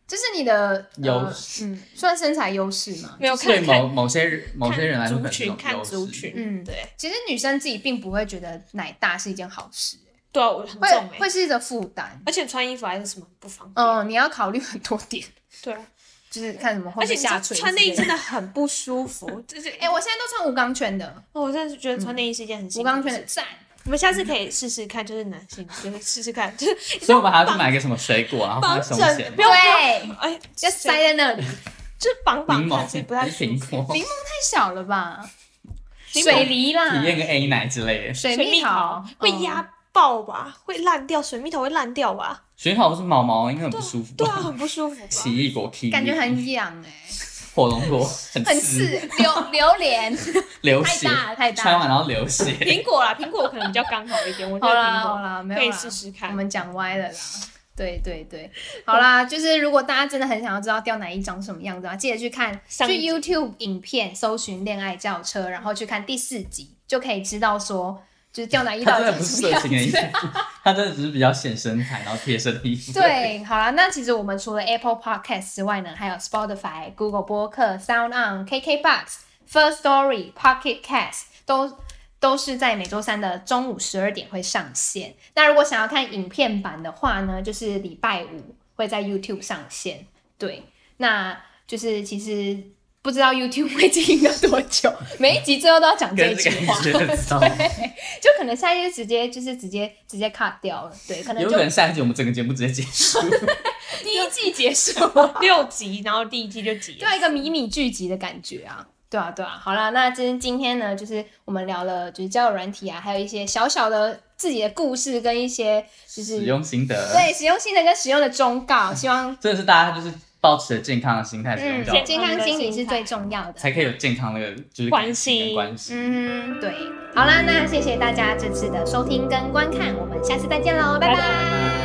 S1: 就是你的
S2: 优
S1: 呃嗯，算身材优势嘛。
S3: 没有
S2: 对
S3: 看
S2: 某
S3: 看
S2: 某些人某些人来说可
S3: 族
S2: 能是一
S3: 群，
S2: 种
S3: 看
S2: 优
S3: 族
S2: 势
S3: 群，
S1: 嗯
S3: 对
S1: 其实女生自己并不会觉得奶大是一件好事，
S3: 对啊，我很重
S1: 会
S3: 哎、
S1: 会是一个负担。
S3: 而且穿衣服还是什么不方便，
S1: 嗯，你要考虑很多点，
S3: 对啊，
S1: 就是看什么会
S3: 而
S1: 不会
S3: 且你知道
S1: 下垂之
S3: 穿
S1: 类的。
S3: 内衣真的很不 舒服，就是
S1: 哎、我现在都穿无钢圈的，
S3: 哦我真的是觉得穿内衣是一件很辛
S1: 无
S3: 苦的
S1: 钢圈的
S3: 事
S1: 赞。
S3: 我们下次可以试试看，就是男性，就是试试看，就是
S2: 所以我们还要去买一个什么水果，然后放
S3: 绑
S2: 在胸
S3: 整，
S2: 前
S3: 不，要
S1: 对
S3: 不要，哎，
S1: 要塞在那里，
S3: 就是绑绑
S2: 柠
S3: 看，是
S2: 檬哎
S3: 不太舒
S2: 苹
S3: 服。
S2: 果，
S1: 柠檬太小了吧？
S3: 柠檬
S1: 水梨啦
S3: 啊
S2: 体，验个 A 奶之类的。
S1: 水
S3: 水蜜
S1: 桃嗯
S3: 桃会压爆吧，会烂掉，水蜜桃会烂掉吧？
S2: 水草不是毛毛，应该很不舒服
S3: 对
S2: 吧。
S3: 啊，很不舒服吧。
S2: 奇异果 kiwi，
S1: 感觉很痒哎、
S2: 火龙 果
S1: 很
S2: 很
S1: 刺，榴榴 莲
S2: 流
S1: 太
S2: 血，
S1: 大了太大了
S2: 穿完然后 流血。
S3: 苹果啦，苹果可能比较刚好一点，我觉
S1: 好
S3: 得
S1: 啦
S3: 苹
S1: 好
S3: 果
S1: 啦，没
S3: 可
S1: 有
S3: 以
S1: 啦，
S3: 试试
S1: 我
S3: 看。
S1: 们讲歪了啦。对对对，好啦，就是如果大家真的很想要知道钓奶一长什么样子啊，记得去看去
S3: 上一集
S1: YouTube 影片搜寻“恋爱轿车”，然后去看第四集，就可以知道说就是钓奶一到
S2: 他
S1: 底
S2: 真的
S1: 长
S2: 不是
S1: 什么
S2: 色
S1: 样
S2: 情的衣服， 他真的只是比较显身材，然后贴身衣服。，
S1: 对，好了，那其实我们除了 Apple Podcast 之外呢，还有 Spotify、Google 播客、Sound On、KKBox、First Story、Pocket Cast 都都是在每周三的中午十二点会上线。那如果想要看影片版的话呢，就是礼拜五会在 YouTube 上线。对，那就是其实不知道 YouTube 会经营到多久，每一集最后都要讲这一
S2: 跟
S1: 句
S2: 这个
S1: 话，
S2: 你觉得知道吗，
S1: 就可能下一集就直接就是直接直接 cut 掉了。对，可能
S2: 有
S1: 就
S2: 可能下一集我们整个节目直接结束。
S1: 第一季结束。
S3: 六集，然后第一季就集
S1: 对啊，一个迷你剧集的感觉啊。对啊，对啊。好啦，那今今天呢，就是我们聊了就是交友软体啊，还有一些小小的自己的故事跟一些就是
S2: 使用心得，
S1: 对使用心得跟使用的忠告，希望
S2: 真的是大家就是保持着健康的心态 使用
S1: 嗯
S2: 交友，
S1: 健康心理是最重要的。
S2: 才可以有健康的就是感情跟关系。
S1: 嗯，对。好啦，那谢谢大家这次的收听跟观看，我们下次再见喽，拜拜